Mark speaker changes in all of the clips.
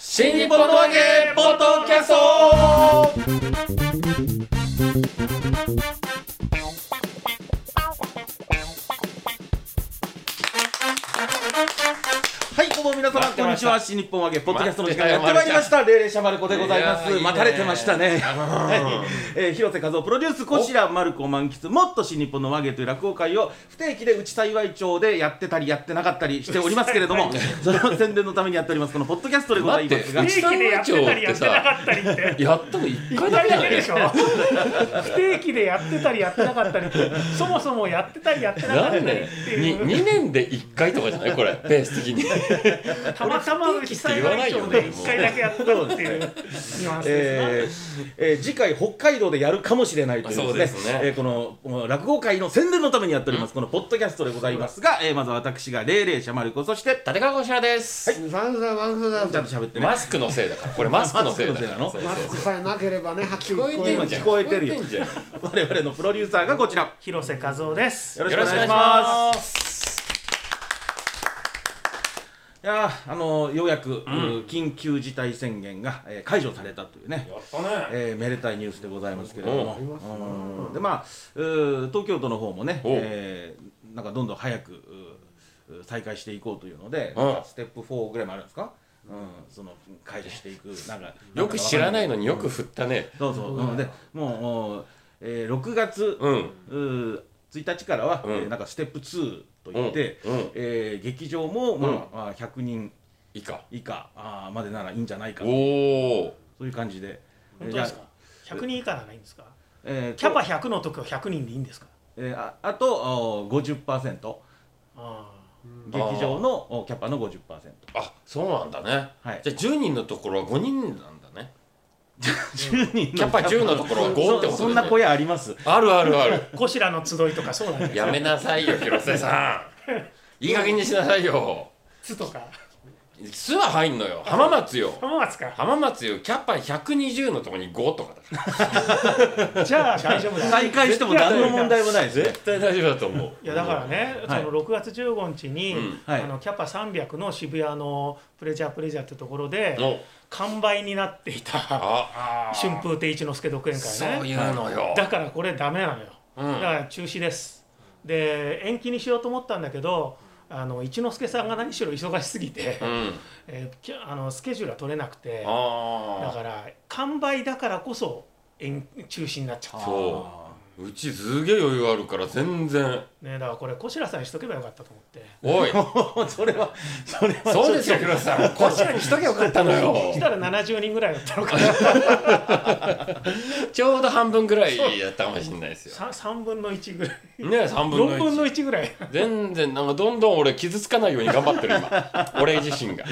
Speaker 1: 新日本のわけポッドキャストはい、どうも皆様、
Speaker 2: 待って
Speaker 1: こん
Speaker 2: ま
Speaker 1: に
Speaker 2: し
Speaker 1: ち
Speaker 2: た
Speaker 1: は。新日本揚げポッドキャストの時間がや
Speaker 2: 待
Speaker 1: っ
Speaker 2: ってて
Speaker 1: ま
Speaker 2: ま
Speaker 1: いり
Speaker 2: いり
Speaker 1: ま
Speaker 2: ま
Speaker 1: し。
Speaker 2: した
Speaker 1: 霊霊シャバルコでございま
Speaker 2: いや
Speaker 1: す。
Speaker 2: ー
Speaker 1: 待たれてましたね。は
Speaker 2: ー
Speaker 1: い えー広瀬和夫プロデュース、こちら、マルコを満喫、もっと新日本の和芸という落語会を不定期で内幸町でやってたり、やってなかったりしておりますけれども、それを宣伝のためにやっております、このポッドキャストでございますが
Speaker 2: 待
Speaker 3: 不
Speaker 2: っ、
Speaker 3: 定期でやってたりやってなかったりって
Speaker 2: やったの一
Speaker 3: 一
Speaker 2: 回だ
Speaker 3: 回
Speaker 2: け
Speaker 3: だ
Speaker 2: だ
Speaker 3: け
Speaker 2: ね
Speaker 3: でしょ不定期でやってたりやってなかったりってそもそもやってたりやってなかった
Speaker 2: 何
Speaker 3: りって
Speaker 2: 年
Speaker 3: い
Speaker 2: に
Speaker 3: う
Speaker 2: 2年で1回とかじゃないこれペース的に
Speaker 3: たまたま被災害庁で一回だけやってたっていうニュアンスですな、
Speaker 1: えーえー次回北海道でやるかもしれないというですね
Speaker 2: そうですね
Speaker 1: えーこのこの落語会の宣伝のためにやっております、このポッドキャストでございますが、えーまずは私が霊霊者マルコそして
Speaker 2: 立川こしらです、
Speaker 4: ファンさん、ファンさん
Speaker 1: ちゃんと喋ってね
Speaker 2: マスクのせいだからこれマスクのせいだから
Speaker 1: マスク
Speaker 4: マスクさえなければね、はっきり
Speaker 2: 聞こえてんじゃん
Speaker 1: 聞こえてるよ
Speaker 2: 聞こえんじゃん
Speaker 1: 我々のプロデューサーがこちら
Speaker 3: 広瀬和夫です
Speaker 1: よろし
Speaker 2: よ
Speaker 1: くお
Speaker 2: ろしくお
Speaker 1: 願
Speaker 2: 願
Speaker 1: い
Speaker 2: い
Speaker 1: しま
Speaker 2: し
Speaker 1: す
Speaker 2: ます
Speaker 1: いやーあのーようやく、うー緊急事態宣言が、えー解除されたというねえーめでたいニュースでございますけれども、
Speaker 2: お
Speaker 1: うんでまあうー東京都の方もね、
Speaker 2: お
Speaker 1: えーなんかどんどん早くうー再開していこうというので、
Speaker 2: うん
Speaker 1: なんかステップ4ぐらいもあるんですか、うん、その解除していくなんか
Speaker 2: よく知らないのによ
Speaker 1: く
Speaker 2: く振ったね
Speaker 1: そうそう、うんでもう、えー6月、
Speaker 2: うん
Speaker 1: うー1日からは、
Speaker 2: うん
Speaker 1: えーなんかステップ2といって、
Speaker 2: うんうん
Speaker 1: えー劇場も、まああ100人
Speaker 2: いいか
Speaker 1: 以下あーまでならいいんじゃないか
Speaker 2: お
Speaker 1: と
Speaker 2: お
Speaker 1: そういう感じで。
Speaker 3: 本当ですか
Speaker 1: いや
Speaker 3: 100人以下ならいいんですか
Speaker 1: えー
Speaker 3: キャパ100の時は100人でいいんですか
Speaker 1: えーああとおー50%
Speaker 3: あ
Speaker 1: 劇場のおキャパの50%
Speaker 2: あそうなんだね、
Speaker 1: はい
Speaker 2: じゃあ10人のところは5人なんだね
Speaker 1: 10人
Speaker 2: キャパ10のところは5ってことだ
Speaker 1: そ
Speaker 2: ね
Speaker 1: そんな小屋あります
Speaker 2: あるあるある
Speaker 3: あこしらの集いとかそうなんです
Speaker 2: やめなさいよ広瀬さんいい加減にしなさいよ
Speaker 3: つとか
Speaker 2: 巣は入んのよ浜松よ
Speaker 3: 浜松か
Speaker 2: 浜松よキャパ120のとこに5とかだから
Speaker 3: じゃあ大丈夫だ
Speaker 1: 再開しても何の問題もないですね
Speaker 2: 絶対大丈夫だと思う
Speaker 3: いやだからね、
Speaker 1: はい
Speaker 3: その6月15日に、
Speaker 2: うん
Speaker 1: はい
Speaker 3: あのキャパ300の渋谷のプレジャープレジャーってところで
Speaker 2: の
Speaker 3: 完売になっていた
Speaker 2: ああ
Speaker 3: 春風亭一之輔独演
Speaker 2: そう
Speaker 3: 会ね
Speaker 2: いうのよ
Speaker 3: だからこれダメなのよ、
Speaker 2: う
Speaker 3: だ
Speaker 2: ん
Speaker 3: から中止ですで延期にしようと思ったんだけどあの一之輔さんが何しろ忙しすぎて、
Speaker 2: うん
Speaker 3: えーきあのスケジュールは取れなくてだ
Speaker 2: あ
Speaker 3: から完売だからこそ延中止になっちゃっ
Speaker 2: あ
Speaker 3: た、
Speaker 2: そううちすげえ余裕あるから全然
Speaker 3: ね、だからこれ小白さんにしとけばよかったと思って。
Speaker 2: お い
Speaker 1: もうそれはそれは
Speaker 2: そうですよ広瀬さん こちらにしとけばよかったのよ
Speaker 3: したら70人ぐらいだったのかな
Speaker 2: ちょうど半分ぐらいやったかもしれないですよ
Speaker 3: さ3分の1ぐらい
Speaker 2: ね3
Speaker 3: 4
Speaker 2: 分の1
Speaker 3: 分の1ぐらい
Speaker 2: 全然なんかどんどん俺傷つかないように頑張ってる今 俺自 身が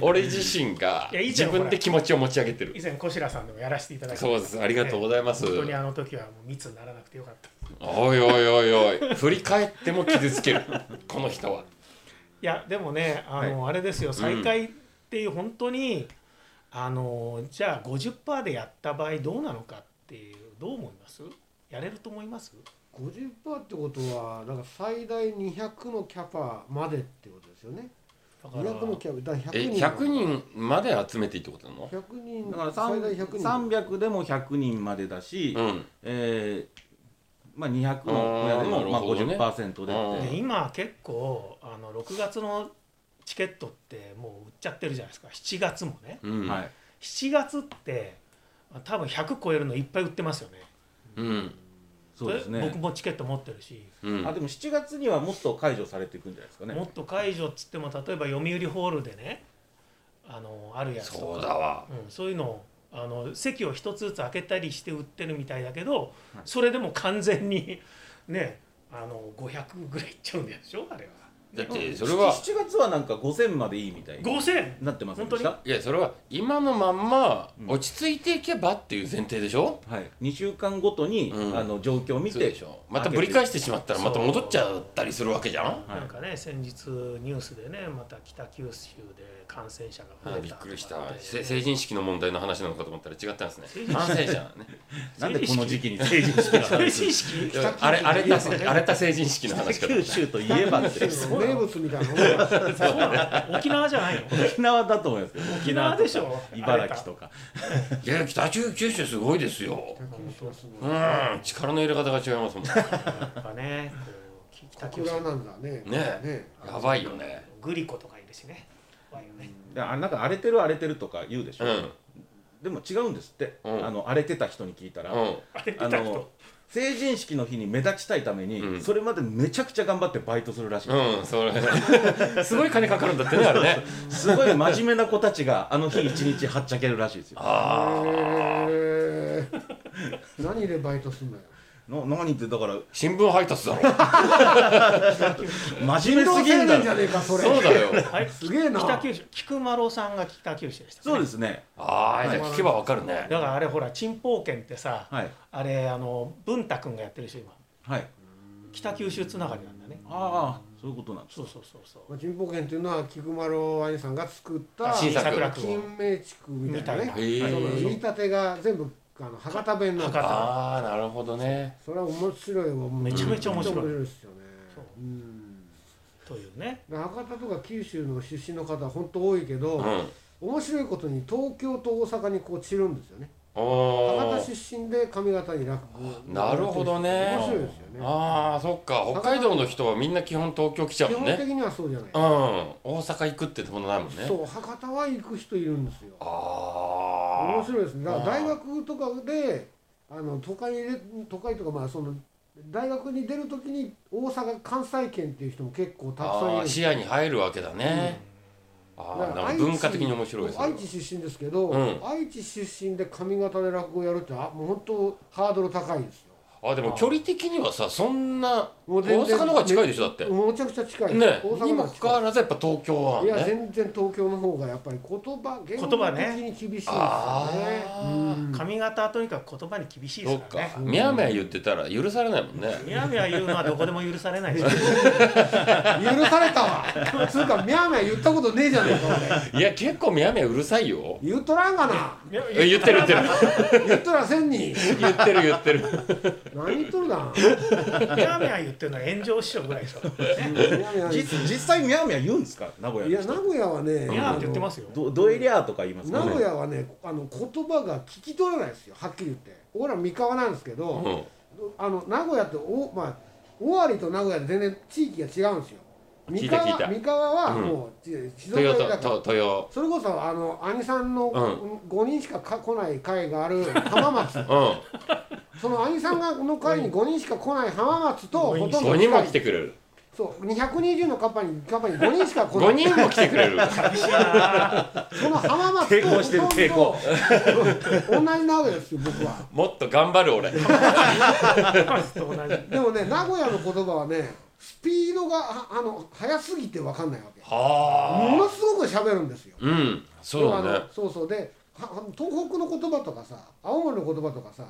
Speaker 2: 俺自身が
Speaker 3: いやいいじゃ
Speaker 2: 自
Speaker 3: ん
Speaker 2: 分で気持ちを持ち上げてる
Speaker 3: 以前小白さんでもやらせていただいて
Speaker 2: そうですありがとうございます
Speaker 3: 本当にあの時はもう密にならなくてよかったい
Speaker 2: おいおいおいおい振り返っても傷つける この人は
Speaker 3: やでもねあの、あれですよ再開っていう本当に、あのじゃあ50%でやった場合どうなのかっていうどう思いますやれると思います
Speaker 4: 50%ってことは、だから最大200のキャパまでってことですよね。
Speaker 3: だから
Speaker 4: 200のキャパ、だから
Speaker 2: え
Speaker 4: 100人。
Speaker 2: 100。人まで集めていいってことなの
Speaker 4: 100人、
Speaker 1: だから
Speaker 4: 最大
Speaker 1: 3
Speaker 4: 100人。
Speaker 1: 300でも100人までだし、
Speaker 2: うん
Speaker 1: えーまあ、200の小屋で
Speaker 2: あ
Speaker 1: も、
Speaker 2: ー
Speaker 1: まあ、
Speaker 2: なるほどね
Speaker 1: 50%で
Speaker 2: あ
Speaker 1: って
Speaker 3: で
Speaker 2: ー
Speaker 3: 今結構あの6月のチケットってもう売っちゃってるじゃないですか7月もね
Speaker 2: うん、
Speaker 1: はい、
Speaker 3: 7月って多分100超えるのいっぱい売ってますよね
Speaker 2: うん
Speaker 1: そうですね
Speaker 3: 僕もチケット持ってるし、
Speaker 2: うん
Speaker 1: あでも7月にはもっと解除されていくんじゃないですかね
Speaker 3: もっと解除っつっても例えば読売ホールでねあのあるやつとか
Speaker 2: そうだわ
Speaker 3: うん、そういうのをあの席を一つずつ開けたりして売ってるみたいだけど、それでも完全にねあの500ぐらいいっちゃうんでしょあれは。
Speaker 2: だっ
Speaker 1: うん
Speaker 2: てそれは
Speaker 1: 7月はなんか5000までいいみたいに
Speaker 3: 5000
Speaker 1: なってませんでした
Speaker 2: いやそれは今のまんま
Speaker 1: うん
Speaker 2: 落ち着いていけばっていう前提でしょ
Speaker 1: はい、2週間ごとに、
Speaker 2: うん
Speaker 1: あの状況を見
Speaker 2: そうで
Speaker 1: て
Speaker 2: しょまたぶり返してしまったらまた戻っちゃったりするわけじゃん
Speaker 1: はい
Speaker 3: なんかね先日ニュースでねまた北九州で感染者が
Speaker 2: あ
Speaker 3: 増えたとか
Speaker 2: びっくりした
Speaker 3: ね
Speaker 2: せ成人式の問題の話なのかと思ったら違ったんですね
Speaker 3: 成人式
Speaker 2: 感染者ね
Speaker 1: なんでこの時期に成人式が
Speaker 3: 成人式
Speaker 2: あれあれたせ荒れた成人式の話かと
Speaker 1: 九州といえばって
Speaker 4: そうね名物みたいなものが
Speaker 3: そうなの沖縄じゃないの
Speaker 1: 沖縄だと思いますけど
Speaker 3: 沖縄でしょ
Speaker 1: 茨城とか
Speaker 2: いや北中九州すごいですよう
Speaker 4: 小
Speaker 2: ん力の入れ方が違いますもん
Speaker 3: あれかやっぱねこう北九州
Speaker 4: 倉なんだね。
Speaker 2: ね
Speaker 4: ね
Speaker 2: やばいよね
Speaker 3: グリコとかいるしね怖いよね
Speaker 1: であなんか荒れてる荒れてるとか言うでしょ、
Speaker 2: うん
Speaker 1: でも違うんですって、
Speaker 2: うん
Speaker 1: あの荒れてた人に聞いたら、
Speaker 2: うん
Speaker 3: あれ見
Speaker 1: あ
Speaker 3: た
Speaker 1: の
Speaker 3: 人
Speaker 1: 成人式の日に目立ちたいために、
Speaker 2: うん
Speaker 1: それまでめちゃくちゃ頑張ってバイトするらしい、
Speaker 2: うん、それすごい金かかるんだってねあれね
Speaker 1: すごい真面目な子たちがあの日一日はっちゃけるらしいですよ
Speaker 2: ああ
Speaker 4: へー何でバイトすんのよ。
Speaker 1: な何ってだから
Speaker 2: 新聞配達だろ
Speaker 1: 真面目すぎんだ
Speaker 4: 人道制限じゃ
Speaker 1: ろ
Speaker 4: ねえかそれ。
Speaker 2: そうだよ
Speaker 3: あれ
Speaker 4: すげえな
Speaker 3: 北九州菊丸さんが北九州でしたね
Speaker 1: そうですね
Speaker 2: ああじゃあ聞けばわかるね
Speaker 3: だからあれほら珍宝券ってさ
Speaker 1: はい
Speaker 3: あれあの文太君がやってるでしょ今
Speaker 1: はい
Speaker 3: 北九州つながりなんだね
Speaker 1: ああそういうことなんです
Speaker 3: そうそうそうそう
Speaker 4: まあ、人保険というのは菊丸兄さんが作った
Speaker 2: 新作
Speaker 3: 桜君を
Speaker 4: 金明地区みたいなね
Speaker 3: み。
Speaker 2: へ
Speaker 3: た
Speaker 4: そ
Speaker 2: え
Speaker 4: の言い立てが全部あの博多弁なん
Speaker 3: 博多
Speaker 4: だ。
Speaker 2: ああなるほどね
Speaker 4: それは面白いわ。もう
Speaker 3: めちゃめちゃ面白い
Speaker 4: ですよね
Speaker 3: そう。
Speaker 4: うん。
Speaker 3: というね
Speaker 4: で博多とか九州の出身の方は本当多いけど、
Speaker 2: うん
Speaker 4: 面白いことに東京と大阪にこう散るんですよね博
Speaker 2: お
Speaker 4: 多
Speaker 2: ー
Speaker 4: 出身で上方に落語
Speaker 2: なるほどね
Speaker 4: 面白いですよね
Speaker 2: ああそっか北海道の人はみんな基本東京来ちゃう
Speaker 4: 基
Speaker 2: もん
Speaker 4: 本
Speaker 2: ね
Speaker 4: 的にはそうじゃない、
Speaker 2: うん大阪行くってとこないもんね
Speaker 4: そう博多は行く人いるんですよ
Speaker 2: あ
Speaker 4: 面白いですねだから
Speaker 2: あー
Speaker 4: 大学とかであの都会で都会とかまあその大学に出るときに大阪関西圏っていう人も結構
Speaker 2: あ
Speaker 4: たくさんい
Speaker 2: あ
Speaker 4: るん
Speaker 2: あ
Speaker 4: です
Speaker 2: 視野に入るわけだねああ
Speaker 4: だから
Speaker 2: なんか文化的に面白いですね
Speaker 4: 愛知出身ですけど、
Speaker 2: うん
Speaker 4: 愛知出身で上方で落語やるってあもう本当ハードル高いですよ
Speaker 2: あでも距離的にはさそんな
Speaker 4: も
Speaker 2: 大
Speaker 4: う全然
Speaker 2: 阪の方が近いでしょだって
Speaker 4: むちゃくちゃ近いです
Speaker 2: ね
Speaker 4: 大阪
Speaker 2: にも
Speaker 4: の
Speaker 2: か
Speaker 4: 近
Speaker 2: かわらずやっぱ東京はい
Speaker 4: いや
Speaker 2: ね
Speaker 4: 全然東京の方がやっぱり言葉言
Speaker 3: 言葉
Speaker 4: 語的
Speaker 3: ね
Speaker 4: に厳しいですよ
Speaker 2: あ
Speaker 4: ね
Speaker 2: ー
Speaker 4: うん
Speaker 3: 髪型はとにかく言葉に厳しいで
Speaker 2: そ
Speaker 3: す
Speaker 2: う
Speaker 3: からね
Speaker 2: かみやみや言ってたら許されないもんね
Speaker 3: みやみや言うのはどこでも許されないし
Speaker 4: 許されたわつうかミャーミャー言ったことねえじゃねえか
Speaker 2: いや結構みやみやうるさいよ
Speaker 4: 俺言っとらんがな
Speaker 2: え言ってる言ってる
Speaker 4: 言っとらせん
Speaker 2: 言
Speaker 4: に
Speaker 2: ってる言ってる
Speaker 4: 何言っとるだ
Speaker 3: みやみや言ってるのは炎上師匠ぐらいですからね
Speaker 1: 実実
Speaker 4: い
Speaker 1: 際ミャーミャー言うんですか名古屋
Speaker 4: や
Speaker 1: の人
Speaker 4: 名古屋はね
Speaker 3: みやって言ってますよ
Speaker 1: どどえりゃーとか言います
Speaker 4: 名
Speaker 1: か
Speaker 4: 古
Speaker 1: ね
Speaker 4: 屋はねあの言葉が聞き取れないですよはっきり言って俺ら三河なんですけど、
Speaker 2: うん
Speaker 4: あの名古屋ってお、まあ、尾張と名古屋で全然地域が違うんですよ。
Speaker 2: 聞い
Speaker 4: 三
Speaker 2: た
Speaker 4: 河
Speaker 2: 聞いた
Speaker 4: 三河は
Speaker 2: うん
Speaker 4: もう、ち静岡寄りだ
Speaker 2: 豊
Speaker 4: か
Speaker 2: と
Speaker 4: ら。
Speaker 2: 豊豊
Speaker 4: それこそあの兄さんの
Speaker 2: う
Speaker 4: 5人しかか来ない会がある浜松、
Speaker 2: う
Speaker 4: その兄さんがの会に5人しか来ない浜松とほとん
Speaker 2: ん
Speaker 4: ど
Speaker 2: 5人も
Speaker 4: 近
Speaker 2: 来て
Speaker 4: い
Speaker 2: くれる
Speaker 4: そう220のカッパにカッパに5人しか来な
Speaker 2: 5
Speaker 4: い
Speaker 2: 人も来てくれる
Speaker 3: 寂しいな
Speaker 4: その浜松と
Speaker 1: 抵抗してる
Speaker 4: ほとんど同じなわけですよ僕は
Speaker 2: もっと頑張る 俺
Speaker 3: マスと同じ
Speaker 4: でもね名古屋の言葉はねスピードがああの速すぎて分かんないわけも
Speaker 2: はあ
Speaker 4: のすごく喋るんですよ。
Speaker 2: うんそうだ
Speaker 4: でもあ
Speaker 2: ね
Speaker 4: のそうそうで、は東北の言葉とかさ、青森の言葉とかさ、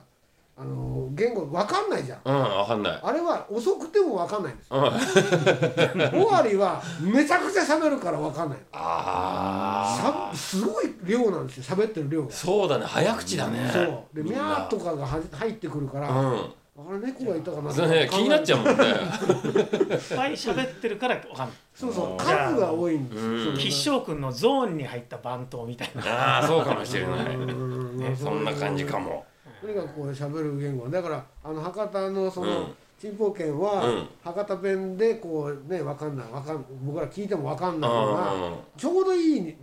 Speaker 4: あの言語わかんないじゃん。
Speaker 2: うんわかんない
Speaker 4: あれは遅くてもわかんないんですよ。
Speaker 2: うん
Speaker 4: 尾張はめちゃくちゃ喋るからわかんないの。
Speaker 2: ああ
Speaker 4: さすごい量なんですよ。喋ってる量が。そ
Speaker 2: そうだね早口だね
Speaker 4: う。で、
Speaker 2: み
Speaker 4: ミ
Speaker 2: んな
Speaker 4: ャーとかがは入ってくるから、あ
Speaker 2: うん
Speaker 4: れ猫がいたかな。
Speaker 2: そうね、気になっちゃう
Speaker 4: う。
Speaker 2: もん ね。
Speaker 3: いっぱい喋ってるからわかんない
Speaker 4: そうそう、数が多いんですよ
Speaker 2: うん。
Speaker 3: 吉祥君のゾーンに入った番頭みたいな
Speaker 2: ああ、そうかもし
Speaker 4: そ
Speaker 2: れ
Speaker 4: の
Speaker 2: ない。
Speaker 4: うん
Speaker 2: ねそんな感じかも。
Speaker 4: とにかくこう喋る言語だからあの博多のそ
Speaker 2: うん
Speaker 4: の珍宝圏
Speaker 2: う
Speaker 4: は
Speaker 2: ん
Speaker 4: 博多弁でこうねわかんないわかん僕ら聞いてもわかん
Speaker 2: う、
Speaker 4: ないようなんちょうどいい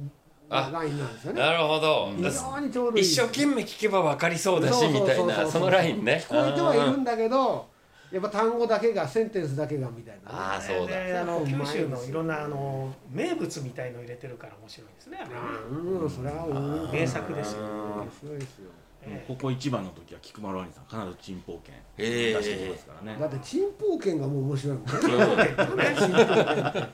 Speaker 2: あ
Speaker 4: ラインなんですよね
Speaker 2: なるほど。
Speaker 4: 非常にちょうどいい
Speaker 2: 一生懸命聞けば分かりそうだし
Speaker 4: そうそう
Speaker 2: み
Speaker 4: そう
Speaker 2: たい
Speaker 4: そう
Speaker 2: な、そのラインね。
Speaker 4: 聞こえてはいるんだけどやっぱ単語だけがセンテンスだけがみたいな
Speaker 2: ああ、そうだ。
Speaker 3: ねあの九州のいろんなあの名物みたいの入れてるから面白いですねあれ
Speaker 4: うんそれはうん
Speaker 3: 名作ですよ
Speaker 4: 面白いですよ
Speaker 1: もうここ一番の時は菊丸兄さん必ず珍宝券
Speaker 2: へえ
Speaker 1: 出してきますからね、
Speaker 4: だって珍宝圏がもう面白いもんね
Speaker 3: うん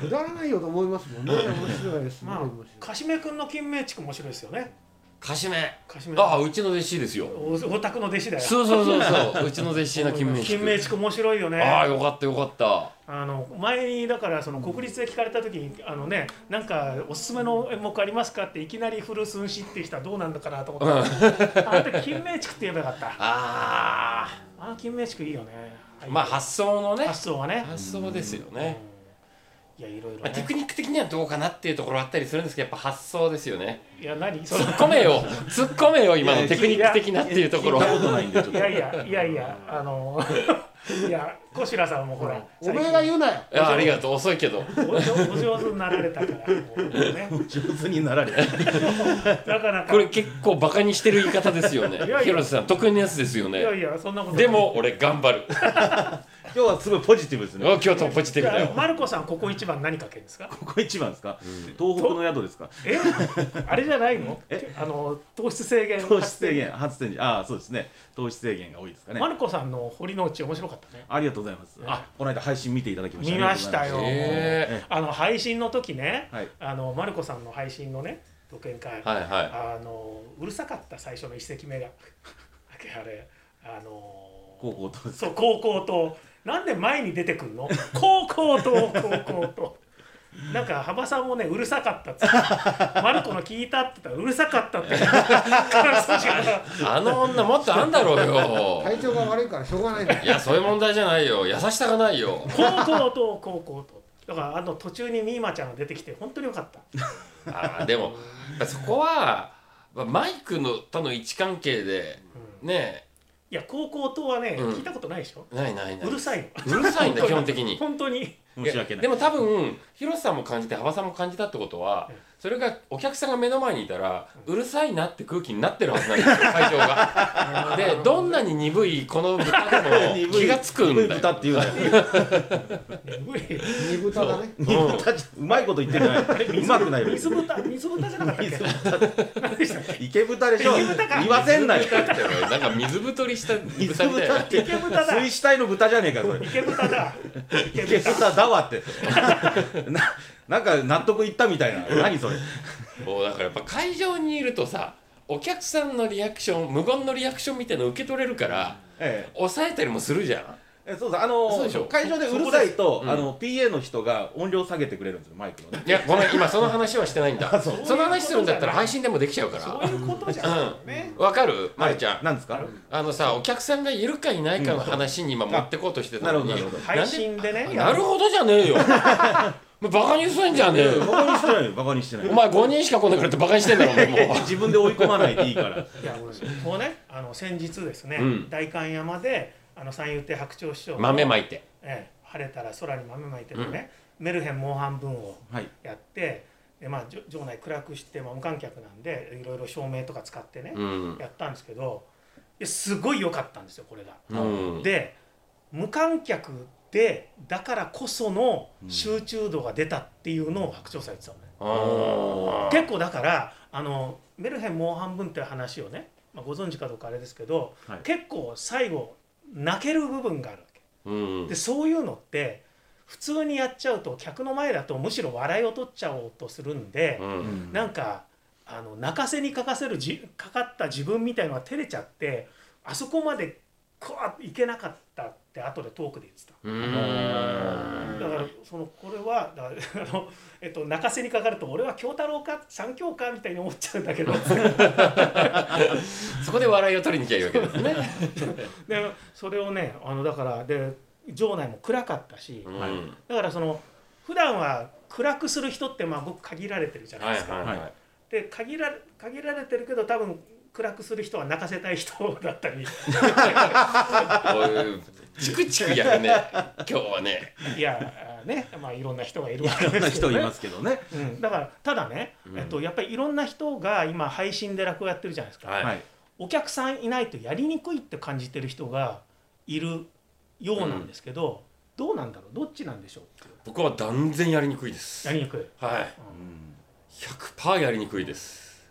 Speaker 4: くだらないよと思いますもんね面白いですね
Speaker 3: ま
Speaker 4: 面
Speaker 3: あかしめ君の金明地区面白いですよね
Speaker 2: かしめ。
Speaker 3: かしめ
Speaker 2: ああ、うちの弟子ですよ。
Speaker 3: おお宅の弟子だよ
Speaker 2: そうそうそう そう、うちの弟子の金明
Speaker 3: 金
Speaker 2: 宿
Speaker 3: 明地区面白いよね
Speaker 2: ああ、よかったよかった。
Speaker 3: あの前にだからその国立で聞かれた時にあのねなんかおすすめの演目ありますかっていきなり古寸知ってきたらどうなんだかなと思ったあんた金明地区って言えばよかった
Speaker 2: あ
Speaker 3: あ金明地区いいよね
Speaker 2: あ、まあ発想の
Speaker 3: あ
Speaker 2: ね。
Speaker 3: 発想はね
Speaker 2: 発想ですよね。
Speaker 3: いやいろいろ、
Speaker 2: まあ、テ
Speaker 3: ね
Speaker 2: クニック的にはどうかなっていうところあったりするんですけどやっぱ発想ですよね
Speaker 3: いや何そ
Speaker 2: 突
Speaker 3: の
Speaker 2: っ込めよ突っ込めよ今
Speaker 1: い
Speaker 2: の
Speaker 1: や
Speaker 2: テクニック的なっていうところ
Speaker 1: 聞いたことないんでちょっ
Speaker 3: い
Speaker 1: と
Speaker 3: やいやいやいやあのいや小白さんもほら
Speaker 4: おめえが言うなよ
Speaker 2: いやありがとう遅いけど
Speaker 3: 最近お上お上手になられたからもうね
Speaker 1: 上手になられた
Speaker 3: なかなか
Speaker 2: これ結構バカにしてる言い方ですよね
Speaker 3: いや
Speaker 2: 広瀬さん得意なやつですよ
Speaker 3: いや
Speaker 2: ね
Speaker 3: いやそんなことない
Speaker 2: でも俺頑張る
Speaker 1: 今日はすごいポジティブですね
Speaker 2: 今日とポジティブだ
Speaker 3: じゃあ
Speaker 2: よ
Speaker 3: マルコさんここ一番何かけるんですか
Speaker 1: ここ一番ですか、東北の宿ですか
Speaker 3: えあれじゃないの
Speaker 1: え
Speaker 3: あの糖質制限
Speaker 1: 糖質制限初展示ああそうですね糖質制限が多いですかね
Speaker 3: マルコさんの堀之内面白かったね
Speaker 1: ありがとうございますあこの間配信見ていただきました
Speaker 3: 見ました
Speaker 1: ありが
Speaker 3: よ
Speaker 1: とうござい
Speaker 2: へ
Speaker 3: あの配信の時ね、
Speaker 1: はい
Speaker 3: あのマルコさんの配信のね独演会、
Speaker 2: ーはいはい
Speaker 3: あのうるさかった最初の一席目があれあの
Speaker 1: ます高校と
Speaker 3: そう高校となんで前に出てくんの高校と高校となんか幅さんもねうるさかったっつってマルコの聞いたって言ったらうるさかった って感想が
Speaker 2: あの女もっとあんだろうよ
Speaker 4: 体調が悪いからしょうがな いんだよ
Speaker 2: いやそういう問題じゃないよ優しさがないよ
Speaker 3: 高校と高校とだからあの途中にミーマちゃんが出てきて本当によかった
Speaker 2: あーでもやっぱそこはまあマイクのとの位置関係でね
Speaker 3: いや高校とはね、
Speaker 2: うん
Speaker 3: 聞いたことないでしょ
Speaker 2: えないないないう
Speaker 3: るさいの
Speaker 2: うるさいんだ基本的に
Speaker 3: 本当に
Speaker 1: 申し訳
Speaker 2: いや
Speaker 1: ない
Speaker 2: でも多分広瀬さんも感じて幅さんも感じたってことは
Speaker 3: うん
Speaker 2: それがお客さんが目の前にいたらうるさいなって空気になってるはずなんですよ会場がでどんなに鈍いこの豚で も
Speaker 1: 鈍い
Speaker 2: 気がつくん
Speaker 1: 鈍い
Speaker 2: だ
Speaker 1: 豚
Speaker 2: よ
Speaker 1: っていうのは
Speaker 3: ね無理
Speaker 4: 煮豚だね
Speaker 1: 鈍い豚じゃうまいこと言ってない
Speaker 3: 水
Speaker 1: うまくないよ
Speaker 3: 水豚水豚じゃなかったっ
Speaker 1: 水
Speaker 3: け
Speaker 1: 豚
Speaker 3: 何でしたっけ
Speaker 1: 池豚でしょ
Speaker 3: 池豚か
Speaker 1: 言わせんなよ
Speaker 2: 水豚っていうのはなんか水太りした
Speaker 1: 水
Speaker 2: 豚みたい
Speaker 1: 豚
Speaker 2: な
Speaker 1: って
Speaker 3: 池豚だ
Speaker 1: 水死体の豚じゃねえかそれ
Speaker 3: 池豚だ池
Speaker 1: 池
Speaker 3: 豚
Speaker 1: 豚だわって ななんか納得いったみたいな何それ
Speaker 2: もうだからやっぱ会場にいるとさお客さんのリアクション無言のリアクションみたいなの受け取れるから
Speaker 1: ええ
Speaker 2: 抑えたりもするじゃん
Speaker 1: えそうそうあの
Speaker 2: そうでしょ
Speaker 1: 会場でうるさいと、
Speaker 2: うん
Speaker 1: あの PA の人が音量下げてくれるんですよマイクのね
Speaker 2: いやごめん今その話はしてないんだ
Speaker 1: そう
Speaker 2: その話するんだったら配信でもできちゃうか
Speaker 3: そ
Speaker 2: ら
Speaker 3: ういうことじゃんね、
Speaker 2: わかるまるちゃん、
Speaker 1: はいなんですか
Speaker 2: あのさお客さんがいるかいないかの話に今持ってこうとしてたのに、
Speaker 1: なるほどなる
Speaker 2: んで
Speaker 3: 配信でね
Speaker 2: なるほどじゃねえよもうバカにすんじゃねえよ
Speaker 1: バカにしてないよバカにしてない
Speaker 2: お前5人しか来なくなってバカにしてんだろお前もう
Speaker 1: 自分で追い込まないでいいから
Speaker 3: いやもうねあの先日ですね、
Speaker 2: うん
Speaker 3: 代官山であの三遊亭白鳥師匠の
Speaker 2: 豆まいて
Speaker 3: ええ晴れたら空に豆まいてるね、メルヘンモンハン文を
Speaker 1: はい
Speaker 3: やってで、まあ、じょ場内暗くして、まあ、無観客なんでいろいろ照明とか使ってね、
Speaker 2: うん
Speaker 3: やったんですけどいやすごい良かったんですよこれが。
Speaker 2: うん
Speaker 3: で無観客でだからこその集中度が出たっていうのを白鳥さん言ってたのね。
Speaker 2: あー
Speaker 3: 結構だからあのメルヘンもう半分っていう話をね、まあ、ご存知かどうかあれですけど、
Speaker 1: はい
Speaker 3: 結構最後泣ける部分があるわけ
Speaker 2: うん
Speaker 3: でそういうのって普通にやっちゃうと客の前だとむしろ笑いを取っちゃおうとするんで、
Speaker 2: うん
Speaker 3: なんかあの泣かせにかかせるじかかった自分みたいのが照れちゃってあそこまでこういけなかったって後でトークで言ってた。
Speaker 2: うん
Speaker 3: だからそのこれはだからあの、えっと、泣かせにかかると俺は京太郎か三京かみたいに思っちゃうんだけどで
Speaker 2: そこで笑いを取りに来ゃいいわけですね
Speaker 3: それをねあのだからで場内も暗かったし、
Speaker 2: うん
Speaker 1: は
Speaker 2: はいい
Speaker 3: だからその普段は暗くする人ってまあごく限られてるじゃない
Speaker 2: はい
Speaker 3: ですか。
Speaker 2: は
Speaker 3: で限られ限られてるけど多分暗くする人は泣かせたい人だったり
Speaker 2: いこういうチクチクやるね今日はね
Speaker 3: いやねまあいろんな人がいるわ
Speaker 1: い
Speaker 3: け
Speaker 1: ろん
Speaker 3: で
Speaker 1: な
Speaker 3: すけど
Speaker 1: 人
Speaker 3: ね
Speaker 1: いますけどね
Speaker 3: うんだからただね、えっと、やっぱりいろんな人が今配信で落語やってるじゃないですか、
Speaker 2: はい
Speaker 1: はい
Speaker 3: お客さんいないとやりにくいって感じてる人がいるようなんですけど、どうなんだろうどっちなんでしょう
Speaker 2: 僕は断然やりにくいです
Speaker 3: やりにくい
Speaker 2: はい
Speaker 1: うん
Speaker 2: 100%やりにくいです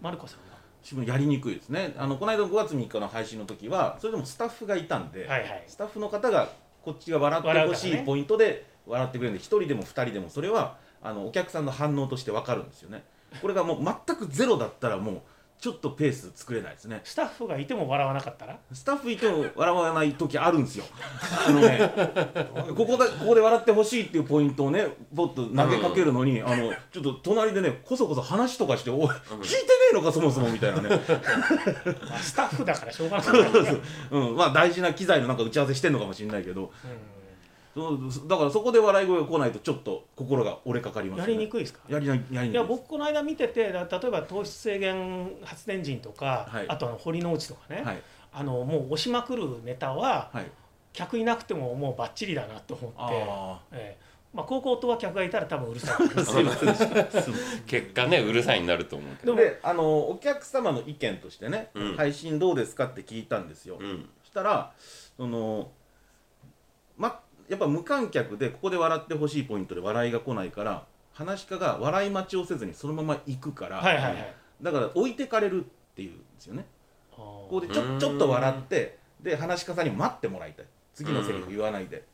Speaker 3: マルコさんは
Speaker 1: 自分やりにくいですねあのこの間の5月3日の配信の時はそれでもスタッフがいたんで、
Speaker 3: はいはい
Speaker 1: スタッフの方がこっちが笑ってほし
Speaker 3: 笑うから
Speaker 1: い
Speaker 3: ね
Speaker 1: ポイントで笑ってくれるんで1人でも2人でもそれはあのお客さんの反応として分かるんですよねこれがもう全くゼロだったらもうちょっとペース作れないですね
Speaker 3: スタッフがいても笑わなかったら
Speaker 1: スタッフいても笑わない時あるんですよ。あのね、ここだここで笑ってほしいっていうポイントをね、ぼっと投げかけるのに、あのちょっと隣でね、こそこそ話とかして、おい、聞いてねえのかそもそもみたいなね。
Speaker 3: まあスタッ フだからしょうがない、
Speaker 1: そうそうそううん、まあ大事な機材のなんか打ち合わせしてんのかもしれないけど、
Speaker 3: うん
Speaker 1: そのだからそこで笑い声が来ないとちょっと心が折れかかります
Speaker 3: や
Speaker 1: よ
Speaker 3: り
Speaker 1: ね
Speaker 3: にくいですか
Speaker 1: やりなやりにくい
Speaker 3: いや僕この間見ててだ例えば糖質制限発電人とか、
Speaker 1: はい
Speaker 3: あとあの堀之内とかね、
Speaker 1: はい
Speaker 3: あのもう押しまくるネタは
Speaker 1: はい
Speaker 3: 客いなくてももうバッチリだなと思って、
Speaker 1: あ
Speaker 3: ええまあ、高校とは客がいたら多分うるさいと思いま
Speaker 1: あ
Speaker 3: す
Speaker 1: すいませんでしたすいません
Speaker 2: 結果ねうるさいになると思うけ
Speaker 1: で
Speaker 2: ど、
Speaker 1: あのお客様の意見としてね、
Speaker 2: うん
Speaker 1: 配信どうですかって聞いたんですよ、
Speaker 2: うん、
Speaker 1: そしたらそのまやっぱ無観客でここで笑ってほしいポイントで笑いが来ないから話し家が笑い待ちをせずにそのまま行くから、
Speaker 3: はいはいはい
Speaker 1: だから置いてかれるっていうんですよね
Speaker 3: こ
Speaker 1: ここでち
Speaker 2: う
Speaker 1: ょ
Speaker 2: ん
Speaker 1: ちょっと笑ってで話し家さんに待ってもらいたい次のセリフ言わないで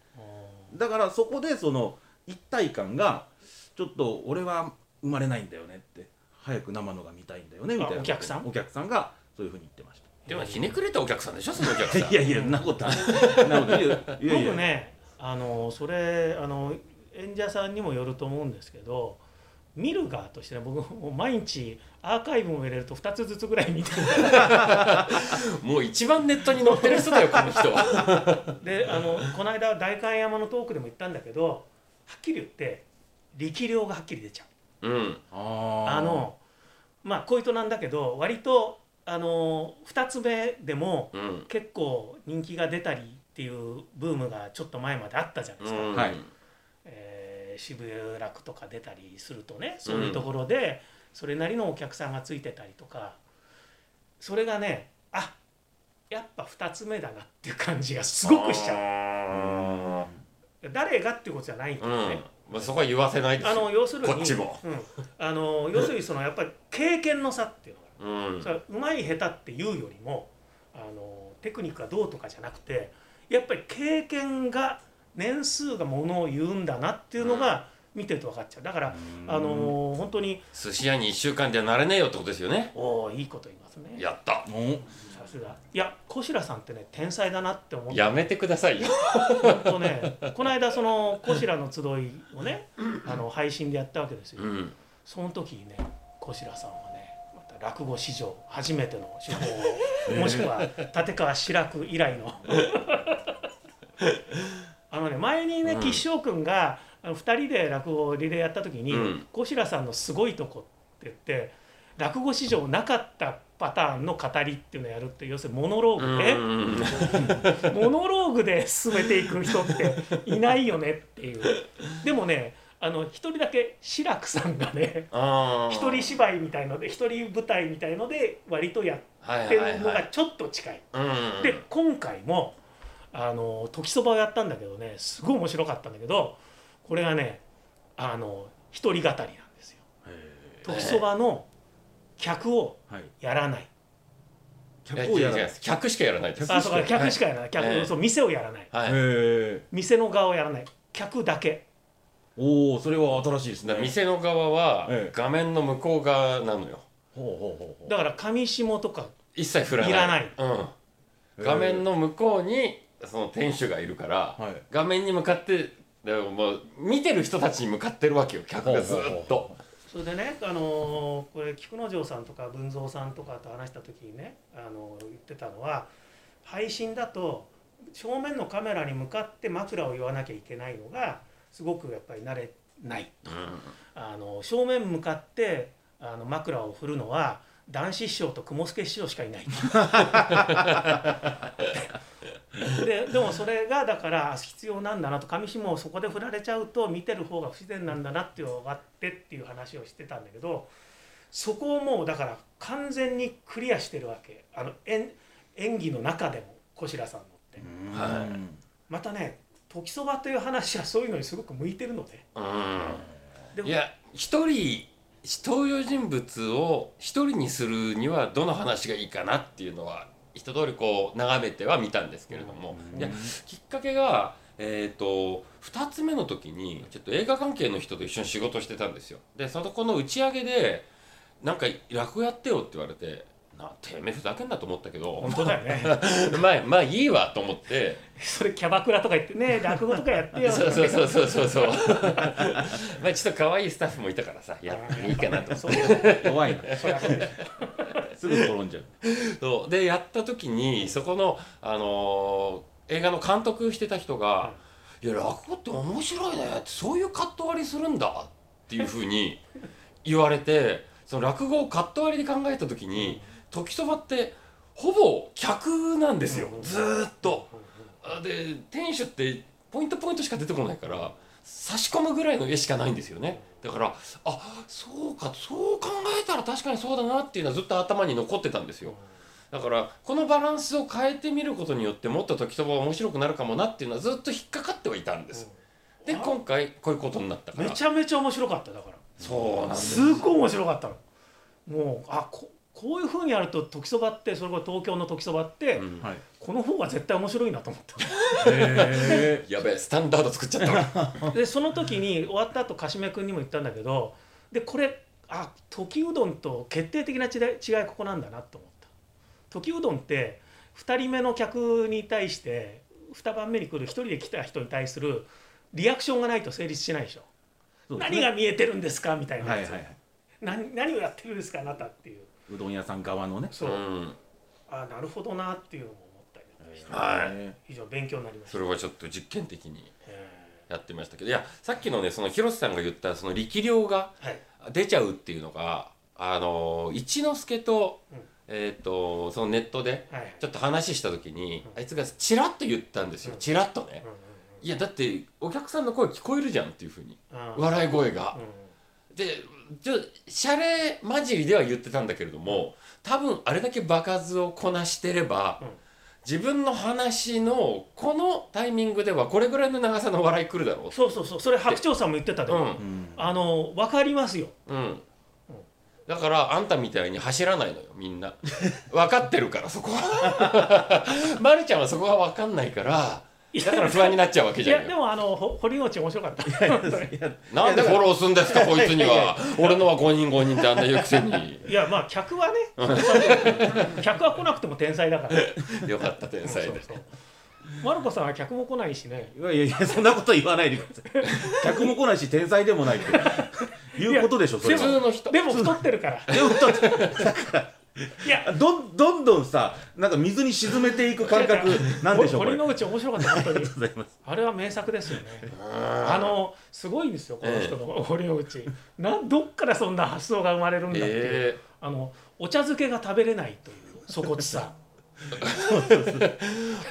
Speaker 1: だからそこでその一体感がちょっと俺は生まれないんだよねって早く生のが見たいんだよねみたいな
Speaker 3: あお客さん
Speaker 1: お客さんがそういうふうに言ってまし
Speaker 2: でもひねくれたお客さんでしょそのお客さん
Speaker 1: たいやいやそんなことはないなこといやいやいや
Speaker 3: 僕ねあのそれあの演者さんにもよると思うんですけど見る側としてね僕もう毎日アーカイブも入れると2つずつぐらい見 てる
Speaker 2: もう一番ネットに載ってる人だよこの人は
Speaker 3: であのこの間代官山のトークでも言ったんだけどはっきり言って力量がはっきり出ちゃう。
Speaker 2: うん
Speaker 1: あー
Speaker 3: あのまあ小糸なんだけど割とあの2つ目でも
Speaker 2: うん
Speaker 3: 結構人気が出たりっていうブームがちょっと前まであったじゃないで
Speaker 2: う
Speaker 3: すか。
Speaker 2: ん
Speaker 1: はい
Speaker 3: えー渋楽とか出たりするとねそういうところでそれなりのお客さんがついてたりとかそれがねあやっぱ2つ目だなっていう感じがすごくしちゃ
Speaker 2: ゃう
Speaker 3: う誰がっていうことじゃないけ
Speaker 2: うん、
Speaker 3: どね、
Speaker 2: まあ、そこは言わせないです
Speaker 3: あの
Speaker 2: よ
Speaker 3: 要するに
Speaker 2: こっちも
Speaker 3: うん、あの要するにそのやっぱり経験の差っていうのが
Speaker 2: う
Speaker 3: あ
Speaker 2: ん
Speaker 3: るそれは上手い下手っていうよりもあのテクニックがどうとかじゃなくてやっぱり経験が年数がものを言うんだなっていうのが見てると分かっちゃうだから
Speaker 1: うん
Speaker 3: あのー本当に
Speaker 2: 寿司屋に1週間じゃなれねえよってことですよね
Speaker 3: おおいいこと言いますね
Speaker 2: やった
Speaker 1: お
Speaker 3: さすがいや小白さんってね天才だなって思って
Speaker 2: やめてくださいよ
Speaker 3: 本当ねこの間その小白の集いをねあの配信でやったわけですよ、
Speaker 2: うん
Speaker 3: その時にね小白さんはねまた落語史上初めての手法 をもしくは立川志らく以来の あのね前にね
Speaker 2: うん
Speaker 3: 吉祥君があの2人で落語をリレーやった時に、
Speaker 2: うん
Speaker 3: 小白さんのすごいとこって言って落語史上なかったパターンの語りっていうのをやるって要するにモノロ
Speaker 2: う
Speaker 3: ーグで、
Speaker 2: ん
Speaker 3: モノローグで進めていく人っていないよねっていうでもねあの一人だけ志らくさんがね
Speaker 2: あー
Speaker 3: 一人芝居みたいので一人舞台みたいので割とや
Speaker 2: はい
Speaker 3: っ
Speaker 2: は
Speaker 3: て
Speaker 2: いは
Speaker 3: る
Speaker 2: い
Speaker 3: のがちょっと近い。
Speaker 2: うん
Speaker 3: で今回もあの時そばをやったんだけどねすごい面白かったんだけどこれがねあの一人語りなんですよ。
Speaker 1: へ
Speaker 3: 時そばの客を
Speaker 1: ーはい
Speaker 3: やらない。
Speaker 1: 客をやらな
Speaker 2: い
Speaker 1: い
Speaker 2: や違う違う客しかやらないです
Speaker 1: 客
Speaker 3: あ
Speaker 1: し
Speaker 3: そう
Speaker 1: か
Speaker 3: か客しかやらない。客、
Speaker 2: ええ
Speaker 3: そう店をやらない。
Speaker 2: はい、
Speaker 1: へえ
Speaker 3: 店の側をやらない。客だけ。
Speaker 1: おおそれは新しいです
Speaker 2: だから
Speaker 1: ね
Speaker 2: 店の側は
Speaker 1: ええ
Speaker 2: 画面の向こう側なのよ
Speaker 1: ほうほうほうほう
Speaker 3: だから上下とか
Speaker 2: 一切振らない
Speaker 3: いらない
Speaker 2: うん、画面の向こうにその店主がいるから、
Speaker 1: はい
Speaker 2: 画面に向かってだからもう見てる人たちに向かってるわけよ客がずっと
Speaker 3: それでね、あのーこれ菊之丞さんとか文蔵さんとかと話した時にね、あのー言ってたのは配信だと正面のカメラに向かって枕を言わなきゃいけないのがすごくやっぱり慣れない、あのー正面向かってあの枕を振るのは男子師匠と雲助師匠しかいないででもそれがだから必要なんだなと上下をそこで振られちゃうと見てる方が不自然なんだなっていうのがあってっていう話をしてたんだけどそこをもうだから完全にクリアしてるわけあの演演技の中でも小白さんのって
Speaker 2: はい
Speaker 3: またね時そばという話はそういうのにすごく向いてるので
Speaker 2: う
Speaker 3: で
Speaker 2: ん
Speaker 3: も
Speaker 2: いや一人登場人物を一人にするにはどの話がいいかなっていうのは一通りこう眺めては見たんですけれども、いやきっかけが、えー、と2つ目の時にちょっと映画関係の人と一緒に仕事してたんですよでそのこの打ち上げで「なんか落語やってよ」って言われて「なてめえふざけんな」と思ったけど
Speaker 3: 本当だよね
Speaker 2: まあまあいいわと思って。
Speaker 3: それキャバクラとか言ってね落語とかやってよ
Speaker 2: そうそうそうそうそう そうまあちょっと可愛いスタッフもいたからさやってもいいかなと
Speaker 3: そうそう
Speaker 1: 弱いな
Speaker 3: そりゃそうでしょ
Speaker 1: すぐ転んじゃう
Speaker 2: そうでやった時にそこの、あのー映画の監督してた人がいや落語って面白いねってそういうカット割りするんだっていうふうに言われてその落語をカット割りで考えた時に時そばってほぼ客なんですよ
Speaker 3: うん
Speaker 2: ずーっと。あで店主ってポイントポイントしか出てこないから差し込むぐらいの絵しかないんですよねだからあそうかそう考えたら確かにそうだなっていうのはずっと頭に残ってたんですよだからこのバランスを変えてみることによってもっと時とば面白くなるかもなっていうのはずっと引っかかってはいたんです、で
Speaker 3: あ
Speaker 2: 今回こういうことになったから
Speaker 3: めちゃめちゃ面白かっただから
Speaker 2: そうなんです
Speaker 3: すっごい面白かったのもうあここういうふうにやると時そばってそれこそ東京の時そばって、
Speaker 2: うん
Speaker 1: はい
Speaker 3: この方が絶対面白いなと思っ
Speaker 2: やべえスタンダード作っちゃった
Speaker 3: たでその時に終わった後かしめ君にも言ったんだけどでこれあ時うどんと決定的な違い違いここなんだなと思った時うどんって2人目の客に対して2番目に来る1人で来た人に対するリアクションがないと成立しないでしょ
Speaker 1: そうですね
Speaker 3: 何が見えてるんですかみたいな
Speaker 1: はいは
Speaker 3: やつ、
Speaker 1: いはい
Speaker 3: 何何をやってるんですかあなたっていう
Speaker 1: うどん屋さん側のね
Speaker 3: そう、
Speaker 2: うん
Speaker 3: あなるほどなっていうのも思ったりなんかして
Speaker 2: はい
Speaker 1: え
Speaker 3: 非常に勉強になりました
Speaker 2: それはちょっと実験的に
Speaker 3: え
Speaker 2: やってましたけどいやさっきのねその広瀬さんが言ったその力量が
Speaker 3: ーはい
Speaker 2: 出ちゃうっていうのがあの一之輔と,、
Speaker 3: うん
Speaker 2: えー、とそのネットで
Speaker 3: はい
Speaker 2: ちょっと話した時に、
Speaker 3: うん
Speaker 2: あいつがチラッと言ったんですよ
Speaker 3: うん
Speaker 2: チラッとね、
Speaker 3: うんうん
Speaker 2: いやだってお客さんの声聞こえるじゃんっていうふうに
Speaker 3: うんあー
Speaker 2: 笑い声が
Speaker 3: う、ん
Speaker 2: でちょシャレ混じりでは言ってたんだけれども多分あれだけ場数をこなしてれば、
Speaker 3: うん
Speaker 2: 自分の話のこのタイミングではこれぐらいの長さの笑い来るだろう
Speaker 3: そうそうそうそれ白鳥さんも言ってたで
Speaker 2: う
Speaker 3: も、
Speaker 2: ん
Speaker 1: えうん
Speaker 3: あの分かりますよ
Speaker 2: うんだからあんたみたいに走らないのよみんな 分かってるからそこは まるちゃんはそこは分かんないからだから不安になっちゃうわけ
Speaker 3: い
Speaker 2: じゃ
Speaker 3: や
Speaker 2: ん
Speaker 3: で
Speaker 2: よ
Speaker 3: もあのほ堀之内面白かった 本当に
Speaker 2: なんでフォローすんですかこいつには俺のは5人5人ってあんな言うくせに
Speaker 3: いやまあ客 はね客は来なくても天才だから
Speaker 2: よかった天才で
Speaker 3: そうそうそうマルコさんは客も来ないしね
Speaker 1: いやいやいやそんなこと言わないでく ださい客も来ないし天才でもないっていうことでしょそれ
Speaker 2: 普
Speaker 1: は
Speaker 2: 通の人
Speaker 3: でも太ってるから
Speaker 1: でも だって
Speaker 3: いや
Speaker 1: どんどんどんさなんか水に沈めていく感覚なんでしょうこ
Speaker 3: 堀
Speaker 1: れ
Speaker 3: 之内面白かった本当に
Speaker 1: ございます
Speaker 3: あれは名作ですよねあ
Speaker 2: あ
Speaker 3: のすごいんですよこの人の堀之内なんどっからそんな発想が生まれるんだっていう、
Speaker 2: え
Speaker 3: あのお茶漬けが食べれないという底地さ
Speaker 2: え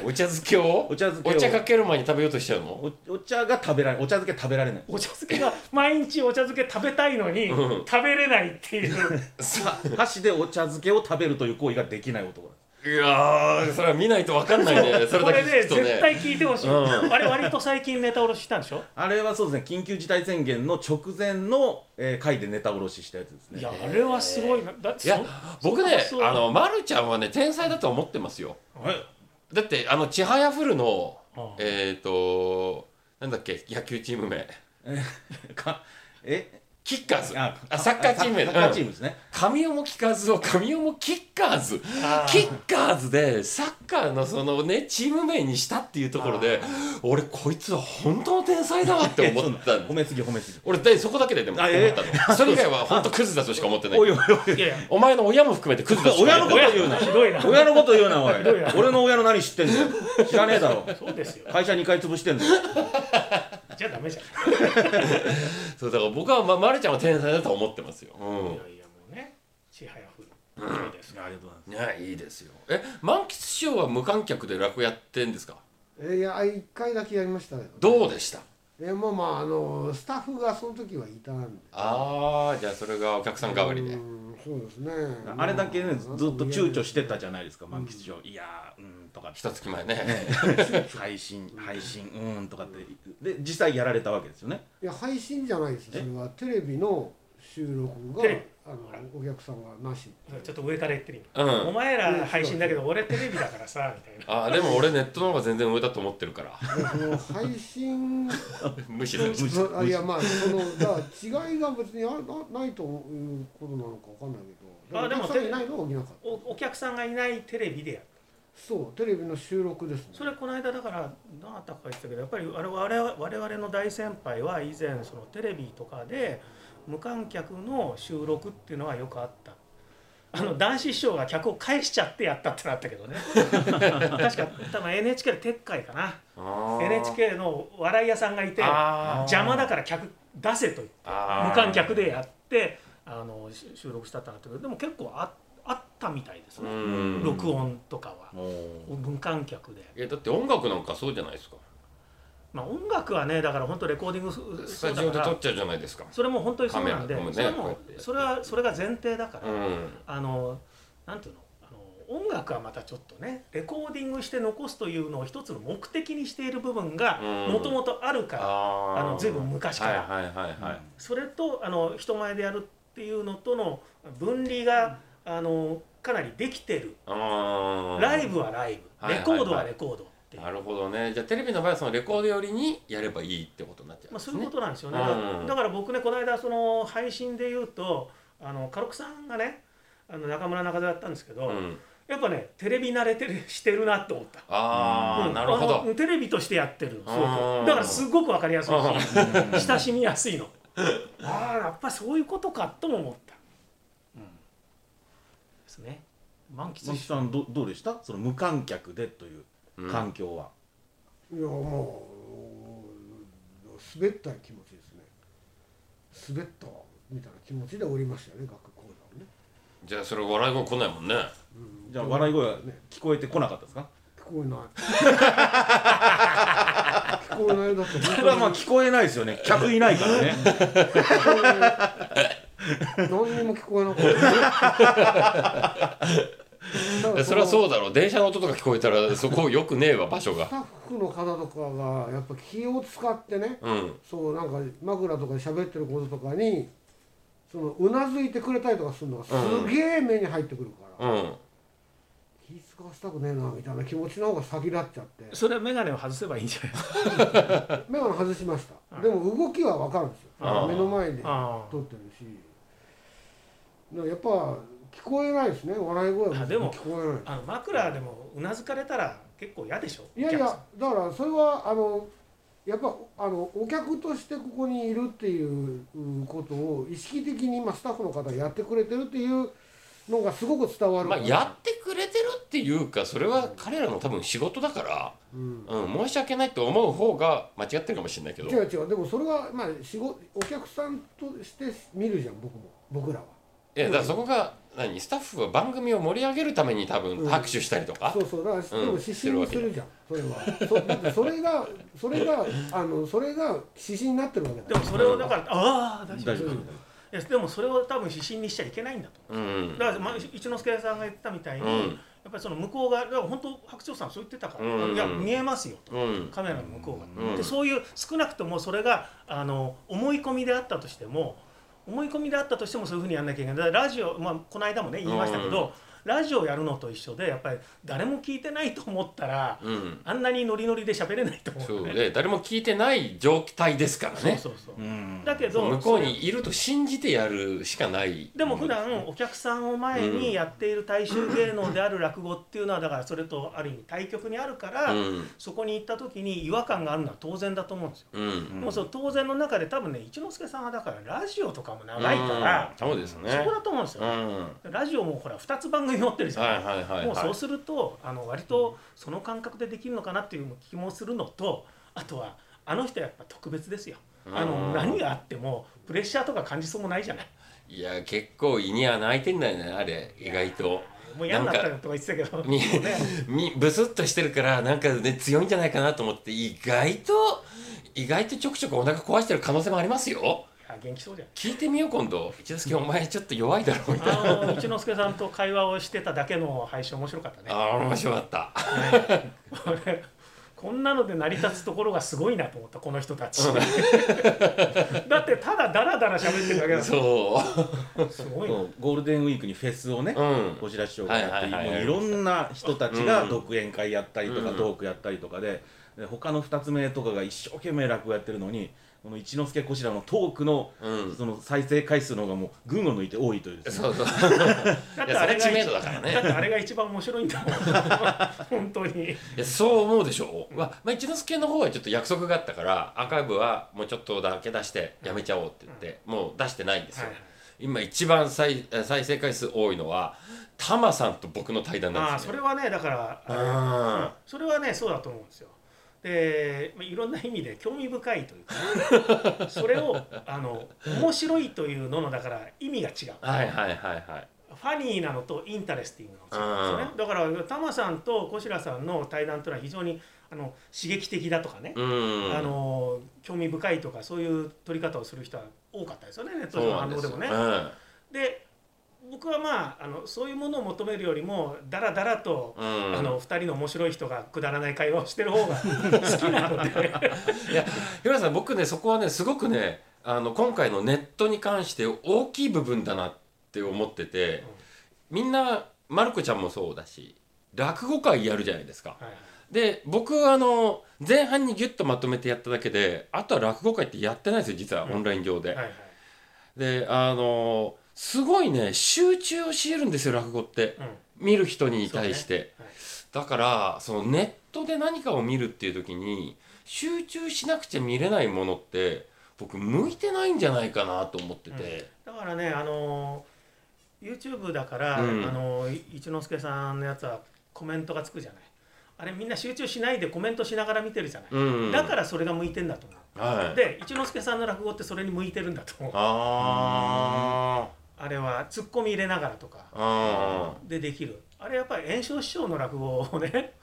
Speaker 2: お茶漬けを
Speaker 1: お茶漬け
Speaker 2: お
Speaker 1: を
Speaker 2: 茶かける前に食べようとしちゃうの
Speaker 1: おお茶が食べられお茶漬け食べられない
Speaker 3: お茶漬けが毎日お茶漬け食べたいのに
Speaker 2: うん
Speaker 3: 食べれないって いう
Speaker 1: さ箸でお茶漬けを食べるという行為ができない男なんで
Speaker 2: いやーそれは見ないと分かんないねそれ
Speaker 3: こ
Speaker 2: だけ
Speaker 3: れ
Speaker 2: 聞
Speaker 3: ね
Speaker 2: くと
Speaker 3: 絶
Speaker 2: ね
Speaker 3: 対聞いてほしい、
Speaker 2: うん
Speaker 3: あれ割と最近ネタ卸ししたんでしょ
Speaker 1: すあれはそうですね緊急事態宣言の直前の、えー回でネタ卸ししたやつですね
Speaker 3: いやあれはすごいなだってそ
Speaker 2: いや僕ね
Speaker 3: そんな
Speaker 2: あ
Speaker 3: 発想
Speaker 2: の、ま、るちゃんはね天才だと思ってますよ
Speaker 1: はい
Speaker 2: だってあのちはやふるの
Speaker 3: ああ
Speaker 2: えっ、ー、となんだっけ野球チーム名
Speaker 1: か え
Speaker 2: キッカーズあ
Speaker 1: あ
Speaker 2: サッカーチーム
Speaker 1: サッカーチー
Speaker 2: ム
Speaker 1: ムですね、
Speaker 2: 神尾もキッカーズを神尾もキッカーズ
Speaker 3: あー
Speaker 2: キッカーズでサッカーのそのねチーム名にしたっていうところで俺こいつは本当の天才だわって思った
Speaker 1: 褒
Speaker 2: の
Speaker 1: めすぎ褒めすぎ
Speaker 2: 俺だいそこだけででも思
Speaker 1: あ
Speaker 2: っ
Speaker 1: ええ
Speaker 2: たのそれ以外は本当クズだとしか思ってない
Speaker 1: おいおいおい
Speaker 3: いやいや
Speaker 2: お前の親も含めてクズだとしか
Speaker 1: 親のこと
Speaker 2: 思ってな
Speaker 1: 言
Speaker 2: い
Speaker 1: うな
Speaker 3: ひどいな
Speaker 1: 親のこと言うなおい
Speaker 3: どうや
Speaker 1: 俺の親の何知ってんだよ知らねえだろ
Speaker 3: そうですよ
Speaker 1: 会社2回潰してんだよ
Speaker 3: じゃあダメじゃん
Speaker 2: そうだから僕はままるちゃんは天才だと思ってますようん
Speaker 3: いやいやもうねちはやふるそうです
Speaker 1: ありがとうございます
Speaker 2: ねいいですよえ満喫師匠は無観客で落語やってんですか
Speaker 4: えーいや一回だけやりましたね
Speaker 2: どうでした
Speaker 4: えーまあまああのスタッフがその時はいたんで
Speaker 2: ああじゃあそれがお客さん代わりで
Speaker 4: うんそうですね
Speaker 1: あれだけねずっと躊躇してたじゃ
Speaker 4: ん
Speaker 1: ないですか満喫上いやーうーんとか
Speaker 2: 一月前ね
Speaker 1: 配信配信うーんとかってで実際やられたわけですよね
Speaker 4: いや配信じゃないですそれはテレビの収録が
Speaker 3: テレビ
Speaker 4: あのお客さんがなし
Speaker 3: ちょっと上から言ってみる、
Speaker 2: うん
Speaker 3: お前ら配信だけど俺テレビだからさみたいな
Speaker 2: あーでも俺ネットの方が全然上だと思ってるから
Speaker 4: でその配信
Speaker 2: 無視する
Speaker 1: 無視
Speaker 4: あいやまあそのだから違いが別にあなないということなのかわかんないけど
Speaker 3: あでも
Speaker 4: お客さんいないのは起きなかった
Speaker 3: おお客さんがいないテレビでやる
Speaker 4: そうテレビの収録ですね
Speaker 3: それこの間だからどなたか言ってたけどやっぱり我々は我々の大先輩は以前そのテレビとかで無観客の収録っていうのはよくあったあの男子師匠が客を返しちゃってやったってなったけ どね確か多分 NHK で撤回かな
Speaker 2: あー
Speaker 3: NHK の笑い屋さんがいて
Speaker 2: あー
Speaker 3: 邪魔だから客出せと言って
Speaker 2: あー
Speaker 3: 無観客でやってあのし収録したってなったけどでも結構ああったみたいです
Speaker 2: う
Speaker 3: ね
Speaker 2: ん
Speaker 3: 録音とかは
Speaker 1: も
Speaker 3: 無観客で
Speaker 2: いやだって音楽なんかそうじゃないですか
Speaker 3: まあ音楽はねだから本当レコーディングす
Speaker 2: ス
Speaker 3: そ
Speaker 2: タ
Speaker 3: う
Speaker 2: ジ
Speaker 3: だ
Speaker 2: オで
Speaker 3: か
Speaker 2: 撮
Speaker 3: ら
Speaker 2: っちゃうじゃないですか
Speaker 3: それも本当にそうなんで
Speaker 2: カメラ
Speaker 3: それ
Speaker 2: こうや
Speaker 3: も
Speaker 2: ってやって
Speaker 3: それはそれが前提だか
Speaker 2: う
Speaker 3: ら
Speaker 2: ん
Speaker 3: あのなんていうのあの音楽はまたちょっとねレコーディングして残すというのを一つの目的にしている部分が
Speaker 2: うん
Speaker 3: もともとあるから
Speaker 2: あ
Speaker 3: あの随分昔から
Speaker 2: はいはいはいはい、
Speaker 3: それとあの人前でやるっていうのとの分離が、あのかなりできてる、
Speaker 2: あー
Speaker 3: ライブはライブ、
Speaker 2: はいはい
Speaker 3: レコードはレコードっていう、
Speaker 2: なるほどねじゃあテレビの場合はそのレコード寄りにやればいいってことになっちゃうん
Speaker 3: まあ、
Speaker 2: で
Speaker 3: そ
Speaker 2: す
Speaker 3: ういう
Speaker 2: ね、
Speaker 3: ことなんですよね、
Speaker 2: うん
Speaker 3: だからだから僕ねこの間その配信で言うとあのカロクさんがねあの中村中澤だったんですけど、
Speaker 2: うん、
Speaker 3: やっぱねテレビ慣れてるしてるなと思った。
Speaker 2: ああ、
Speaker 3: うん
Speaker 2: なるほ
Speaker 3: あ
Speaker 2: ど
Speaker 3: のテレビとしてやってるのすご
Speaker 2: あー
Speaker 3: くだからすごくわかりやすい
Speaker 2: あ
Speaker 3: し親しみやすいのああやっぱそういうことかとも思った、うんですね満喫
Speaker 1: 木
Speaker 3: し
Speaker 1: さんどどうでしたその無観客でという
Speaker 2: うん
Speaker 1: 環境は、
Speaker 4: いやもう滑った気持ちですね滑ったみたいな気持ちでおりましたよね学校講座をね、
Speaker 2: じゃあそれ笑い声来ないもんね
Speaker 4: うん
Speaker 1: じゃあ笑い声は
Speaker 4: ね
Speaker 1: 聞こえてこなかったですか
Speaker 4: 聞こえない聞こえないだって
Speaker 1: それはまあ
Speaker 4: 本
Speaker 1: 聞こえないですよね客いないからね
Speaker 4: 当に何にも聞こえなかった、
Speaker 2: それは
Speaker 4: う
Speaker 2: そうだろう電車の音とか聞こえたらそこよくねえわ場所
Speaker 4: ス
Speaker 2: が
Speaker 4: タッフの方とかがやっぱ気を使ってね
Speaker 2: うん
Speaker 4: そうなんか枕とかで喋ってることとかにそのうなずいてくれたりとかするのがすげえ目に入ってくるから、
Speaker 2: うん
Speaker 4: 気使わせたくねえなみたいな気持ちの方が先立っちゃって
Speaker 3: それは眼鏡を外せばいいんじゃないですか
Speaker 4: 目を外しました
Speaker 3: はい
Speaker 4: でも動きは分かるんです
Speaker 2: あ
Speaker 4: よ
Speaker 2: ー
Speaker 4: 目の前で
Speaker 3: あ
Speaker 4: 撮ってるしだからやっぱ聞こえないですね笑い声
Speaker 3: あでも
Speaker 4: 聞こえない
Speaker 3: ーあの枕でもうなずかれたら結構嫌でしょ
Speaker 4: いやい
Speaker 3: お客
Speaker 4: やだからそれはあのやっぱあのお客としてここにいるっていううんことを意識的に今スタッフの方がやってくれてるっていうのがすごく伝わる
Speaker 2: まあやってくれてるっていうかそれは彼らの多分仕事だから、
Speaker 4: うん
Speaker 2: うん、申し訳ないと思う方が間違ってるかもしれないけど
Speaker 4: 違う違うでもそれはまあ仕事お客さんとして見るじゃん僕も僕らは。
Speaker 2: いやだからそこが何スタッフは番組を盛り上げるために多分
Speaker 4: うん
Speaker 2: 拍手したりとか、
Speaker 4: そうそうだから、でも指針にするじゃんそれはそだってそれがそれがあのそれが指針になってるわけだ
Speaker 3: でもそれをだから、ああ大丈夫
Speaker 1: 大丈夫
Speaker 3: いやでもそれを多分指針にしちゃいけないんだと
Speaker 2: うん
Speaker 3: だから、まあ、一之輔さんが言ってたみたいに、
Speaker 2: うん
Speaker 3: やっぱりその向こうがだから本当白鳥さんそう言ってたから、
Speaker 2: うん
Speaker 3: いや見えますよと
Speaker 2: うん
Speaker 3: カメラの向こうが、
Speaker 2: うん
Speaker 3: でそういう少なくともそれがあの思い込みであったとしても思い込みであったとしてもそういうふうにやんなきゃいけないだからラジオ、まあ、この間もね言いましたけど、ラジオやるのと一緒でやっぱり誰も聞いてないと思ったら
Speaker 2: うん
Speaker 3: あんなにノリノリで喋れないと思
Speaker 2: そううん
Speaker 3: だね
Speaker 2: で誰も聞いてない状態ですから
Speaker 3: そう
Speaker 2: ね
Speaker 3: そうそう、
Speaker 1: うん
Speaker 3: だけど
Speaker 2: 向こうにいると信じてやるしかない
Speaker 3: でも普段お客さんを前にやっている大衆芸能である落語っていうのはだからそれとある意味対極にあるから、
Speaker 2: うん
Speaker 3: そこに行った時に違和感があるのは当然だと思うんですよ。
Speaker 2: うん
Speaker 3: もうその当然の中で多分ね一之輔さんはだからラジオとかも長いから、
Speaker 2: うんそうですね
Speaker 3: そこだと思うんです
Speaker 2: うん
Speaker 3: よ、
Speaker 2: は
Speaker 3: ラジオもほら2つ番組持ってる
Speaker 2: い
Speaker 3: じゃん、
Speaker 2: はいはい
Speaker 3: もうそう
Speaker 2: は
Speaker 3: するとあの割とその感覚でできるのかなっていう気もするのとあとはあの人はやっぱ特別ですよあ
Speaker 2: う
Speaker 3: の
Speaker 2: ん
Speaker 3: 何があってもプレッシャーとか感じそうもないじゃない
Speaker 2: いいや結構胃には泣いてんだよねあれ意外と
Speaker 3: もう嫌になったよとか言ってたけど
Speaker 2: み
Speaker 3: もうね
Speaker 2: みブスッとしてるからなんかね強いんじゃないかなと思って意外と意外とちょくちょくお腹壊してる可能性 もありますよ
Speaker 3: いや元気そうじゃない
Speaker 2: 聞いてみよう今度一之輔お前ちょっと弱いだろみたいな
Speaker 3: あの一之輔さんと会話をしてただけの配信面白かったね
Speaker 2: ああ面白かった
Speaker 3: 俺 こんなので成り立つところがすごいなと思ったこの人たち だってただダラダラ喋ってるだけだか
Speaker 2: そ
Speaker 3: らすごいな
Speaker 1: ゴールデンウィークにフェスをね、
Speaker 2: ううん
Speaker 1: こちら師匠がやって、
Speaker 2: はいはい
Speaker 1: い
Speaker 2: はい
Speaker 1: もういろんな人たちが
Speaker 2: うん
Speaker 1: 独演会やったりとか、
Speaker 2: うん
Speaker 1: トークやったりとかでで他の2つ目とかが一生懸命落語やってるのにこの一之輔こちらのトークの,、
Speaker 2: うん
Speaker 1: その再生回数の方がもう群を抜いて多いというですね
Speaker 2: そうそう
Speaker 3: だっ
Speaker 2: い
Speaker 3: て
Speaker 2: や
Speaker 3: あれ
Speaker 2: それ
Speaker 3: が
Speaker 2: 知名
Speaker 3: 一
Speaker 2: 度だから
Speaker 3: だっ
Speaker 2: ね
Speaker 3: てあれが一番面白いんだ もん本当に
Speaker 2: いやそう思うでしょう、まあ、まあ一之輔の方はちょっと約束があったからアーカイブはもうちょっとだけ出してやめちゃおうって言って、もう出してないんですよ、
Speaker 3: はい
Speaker 2: 今一番再再生回数多いのはタマさんと僕の対談なん
Speaker 3: あ
Speaker 2: で
Speaker 3: あ
Speaker 2: す
Speaker 3: そ
Speaker 2: よ、
Speaker 3: れ
Speaker 2: ね。
Speaker 3: はねだからあれ
Speaker 2: うん
Speaker 3: それはねそうだと思うんですよで、まあ、いろんな意味で興味深いというか、 ね、それをあの面白いというののだから意味が違う
Speaker 2: はいはいはいはい。
Speaker 3: ファニーなのとインタレスティングなのと違うんですよねだからタマさんと小白さんの対談というのは非常にあの刺激的だとかね、
Speaker 2: うん。
Speaker 3: あの興味深いとかそういう取り方をする人は多かったですよねネット
Speaker 2: そう
Speaker 3: 上の
Speaker 2: な
Speaker 3: 反
Speaker 2: んで
Speaker 3: 応
Speaker 2: す
Speaker 3: でも
Speaker 2: よ
Speaker 3: ね。
Speaker 2: うん
Speaker 3: で僕はまああのそういうものを求めるよりもダラダラと、
Speaker 2: うん
Speaker 3: あの2人の面白い人がくだらない会話をしてる方 が好きなので
Speaker 2: いや、ひろさん、僕ね、そこはね、すごくね、あの、今回のネットに関して大きい部分だなって思ってて、みんな、まる子ちゃんもそうだし、落語会やるじゃないですか。で、僕はあの、前半にギュッとまとめてやっただけで、あとは落語会ってやってないんですよ、実は、オンライン上で。
Speaker 3: はいはい
Speaker 2: で、あの、すごいね、集中を強いるんですよ、落語って。
Speaker 3: うん
Speaker 2: 見る人に対して。
Speaker 3: そうねはい
Speaker 2: だからそのネットで何かを見るっていう時に集中しなくちゃ見れないものって僕向いてないんじゃないかなと思ってて、
Speaker 3: だからねあの YouTube だから、
Speaker 2: うん
Speaker 3: あの一之輔さんのやつはコメントがつくじゃないあれみんな集中しないでコメントしながら見てるじゃない、
Speaker 2: うん
Speaker 3: だからそれが向いてんだと思う
Speaker 2: はい
Speaker 3: で一之輔さんの落語ってそれに向いてるんだと思う
Speaker 2: あ
Speaker 3: あれはツッコミ入れながらとか
Speaker 2: ーあ
Speaker 3: でできるあれやっぱり炎症師匠の落語をね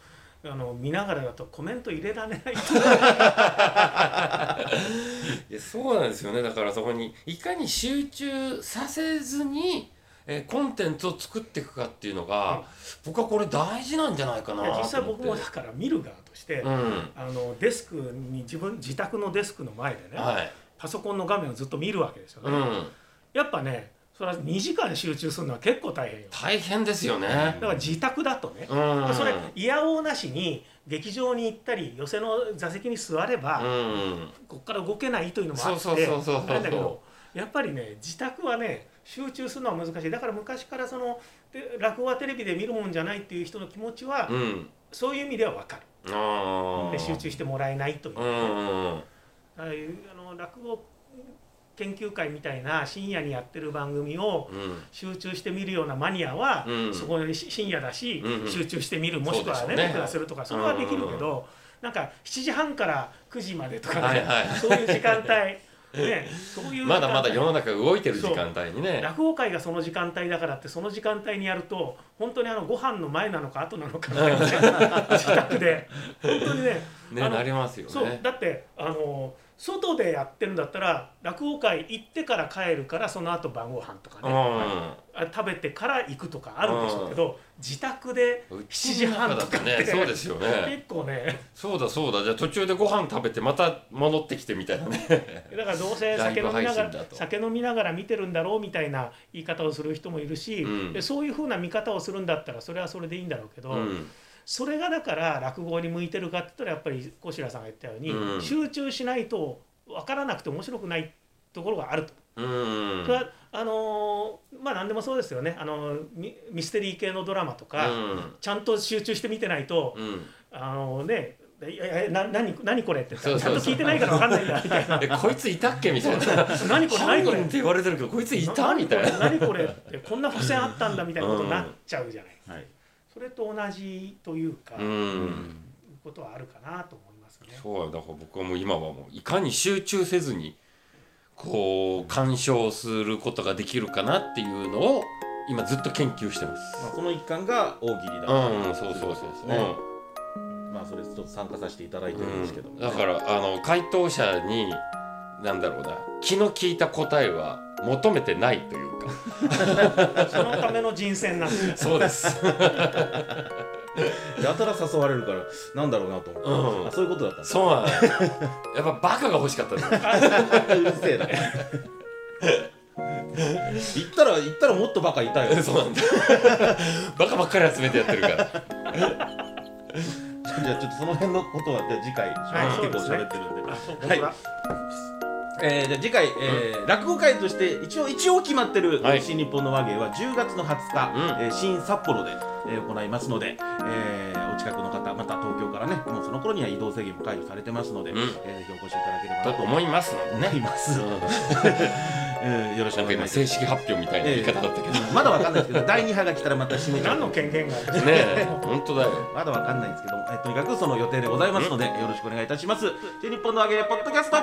Speaker 3: あの見ながらだとコメント入れられないと
Speaker 2: ーいやそうなんですよねだからそこにいかに集中させずにえーコンテンツを作っていくかっていうのが、僕はこれ大事なんじゃないかなと思って
Speaker 3: 実際僕もだから見る側として、
Speaker 2: うん
Speaker 3: あのデスクに自分自宅のデスクの前でね、
Speaker 2: はい
Speaker 3: パソコンの画面をずっと見るわけですよ
Speaker 2: う
Speaker 3: ね、
Speaker 2: ん
Speaker 3: やっぱねそれは2時間集中するのは結構大変よ
Speaker 2: 大変ですよね
Speaker 3: だから自宅だとね、
Speaker 2: うん
Speaker 3: それ嫌おうなしに劇場に行ったり寄席の座席に座れば、
Speaker 2: うん
Speaker 3: ここから動けないというのもあって
Speaker 2: そうそうそうそうそう
Speaker 3: あれだけどやっぱりね自宅はね集中するのは難しいだから昔からそので落語はテレビで見るもんじゃないっていう人の気持ちは、
Speaker 2: うん
Speaker 3: そういう意味では分かる
Speaker 2: あ
Speaker 3: で集中してもらえないという、
Speaker 2: うんうん
Speaker 3: ああいうあの落語研究会みたいな深夜にやってる番組を
Speaker 2: うん
Speaker 3: 集中して見るようなマニアは、
Speaker 2: うん
Speaker 3: そこにし深夜だし、
Speaker 2: うんうん
Speaker 3: 集中して見るもしくは
Speaker 2: そうで
Speaker 3: ね
Speaker 2: しょうね
Speaker 3: 録画するとかそれはできるけ
Speaker 2: うんうん
Speaker 3: ど、なんか7時半から9時までとか、ね
Speaker 2: はいはい
Speaker 3: そういう時間帯 ねそういう時間帯
Speaker 2: まだまだ世の中が動いてる時間帯にね
Speaker 3: 落語会がその時間帯だからってその時間帯にやると本当にあのご飯の前なのか後なのかみ たいなね自宅で本当にね
Speaker 2: ね
Speaker 3: あの
Speaker 2: なりますよ
Speaker 3: そう
Speaker 2: ね
Speaker 3: だってあの外でやってるんだったら落語会行ってから帰るからその後晩ご飯とか
Speaker 2: う
Speaker 3: ね、
Speaker 2: ん
Speaker 3: あ食べてから行くとかあるんでしょうけど、自宅で
Speaker 2: う
Speaker 3: 7時半とかって、
Speaker 2: ねそうですよね
Speaker 3: 結構ね
Speaker 2: そうだそうだじゃあ途中でご飯食べてまた戻ってきてみたいなね
Speaker 3: だからどうせ酒飲みなが
Speaker 2: ライブ配信だ
Speaker 3: ら
Speaker 2: と
Speaker 3: 酒飲みながら見てるんだろうみたいな言い方をする人もいるし、
Speaker 2: うん
Speaker 3: でそういうふうな見方をするんだったらそれはそれでいいんだろうけど、
Speaker 2: うん
Speaker 3: それがだから落語に向いてるかって言ったらやっぱり小白さんが言ったように、
Speaker 2: うん
Speaker 3: 集中しないと分からなくて面白くないところがあると。
Speaker 2: うん
Speaker 3: それはあのーまあ何でもそうですよね、あのーミミステリー系のドラマとか、
Speaker 2: うん
Speaker 3: ちゃんと集中して見てないと、
Speaker 2: うん
Speaker 3: あのーねいやいやな何何これって
Speaker 2: そうそう
Speaker 3: ちゃんと聞いてないから分かんないんだみたいな
Speaker 2: えこいついたっけみたいな
Speaker 3: 何これ
Speaker 2: 犯
Speaker 3: 何こ
Speaker 2: 人
Speaker 3: れ
Speaker 2: って言われてるけどこい ついたみたいな
Speaker 3: 何これ何これってこんな付箋あったんだみたいなことになっちゃうじゃな
Speaker 1: は
Speaker 3: い、
Speaker 1: い
Speaker 3: それと同じというか、
Speaker 2: う
Speaker 3: いう
Speaker 2: うん
Speaker 3: ことはあるかなと思いますね。
Speaker 2: そうだから僕はもう今はもういかに集中せずにこう鑑賞することができるかなっていうのを今ずっと研究してます。
Speaker 1: まあ、その一環が大喜利だ
Speaker 2: うん、うん、そうそうそうそう、
Speaker 1: ねまあそれちょっと参加させていただいてるんですけど
Speaker 2: う
Speaker 1: も
Speaker 2: ん
Speaker 1: ね、
Speaker 2: だからあの回答者になんだろうな気の利いた答えは求めてないというか
Speaker 3: そのための人選なんですよ。
Speaker 2: そうです
Speaker 1: やたら誘われるからなんだろうなと思って、
Speaker 2: うん
Speaker 1: あそういうことだったんです
Speaker 2: そうなのよやっぱバカが欲しかったです
Speaker 1: うるせえな行ったら行ったらもっとバカいた よ
Speaker 2: そうなんだバカばっかり集めてやってるから
Speaker 1: じゃあちょっとその辺のことはじゃあ次回にします
Speaker 3: はい
Speaker 1: 結構
Speaker 3: そうですね
Speaker 1: 喋ってるんで
Speaker 3: あそう
Speaker 1: はいえー、じゃあ次回、えー落語会として一応一応決まってる、
Speaker 2: はい
Speaker 1: 新日本の和芸は10月の20日、
Speaker 2: うん
Speaker 1: えー新札幌で、えー行いますので、えーお近くの方また東京からねもうその頃には移動制限も解除されてますので、
Speaker 2: うん
Speaker 1: えーぜひお越しいただければ
Speaker 2: と
Speaker 1: なと思
Speaker 2: 思いますのでね
Speaker 1: います、
Speaker 2: うん
Speaker 1: えーよろしく
Speaker 2: な
Speaker 1: お
Speaker 2: んか
Speaker 1: 願いしま
Speaker 2: 今
Speaker 1: す
Speaker 2: 正式発表みたいな言い方だったけど、ね
Speaker 1: まだわかんないですけど第2波が来たらまた締めちゃう
Speaker 3: 何の権限があるんですか
Speaker 2: え本当だよ
Speaker 1: まだわかんないんですけどもえとにかくその予定でございますのでよろしくお願いいたします。で日本の揚げポッドキャスト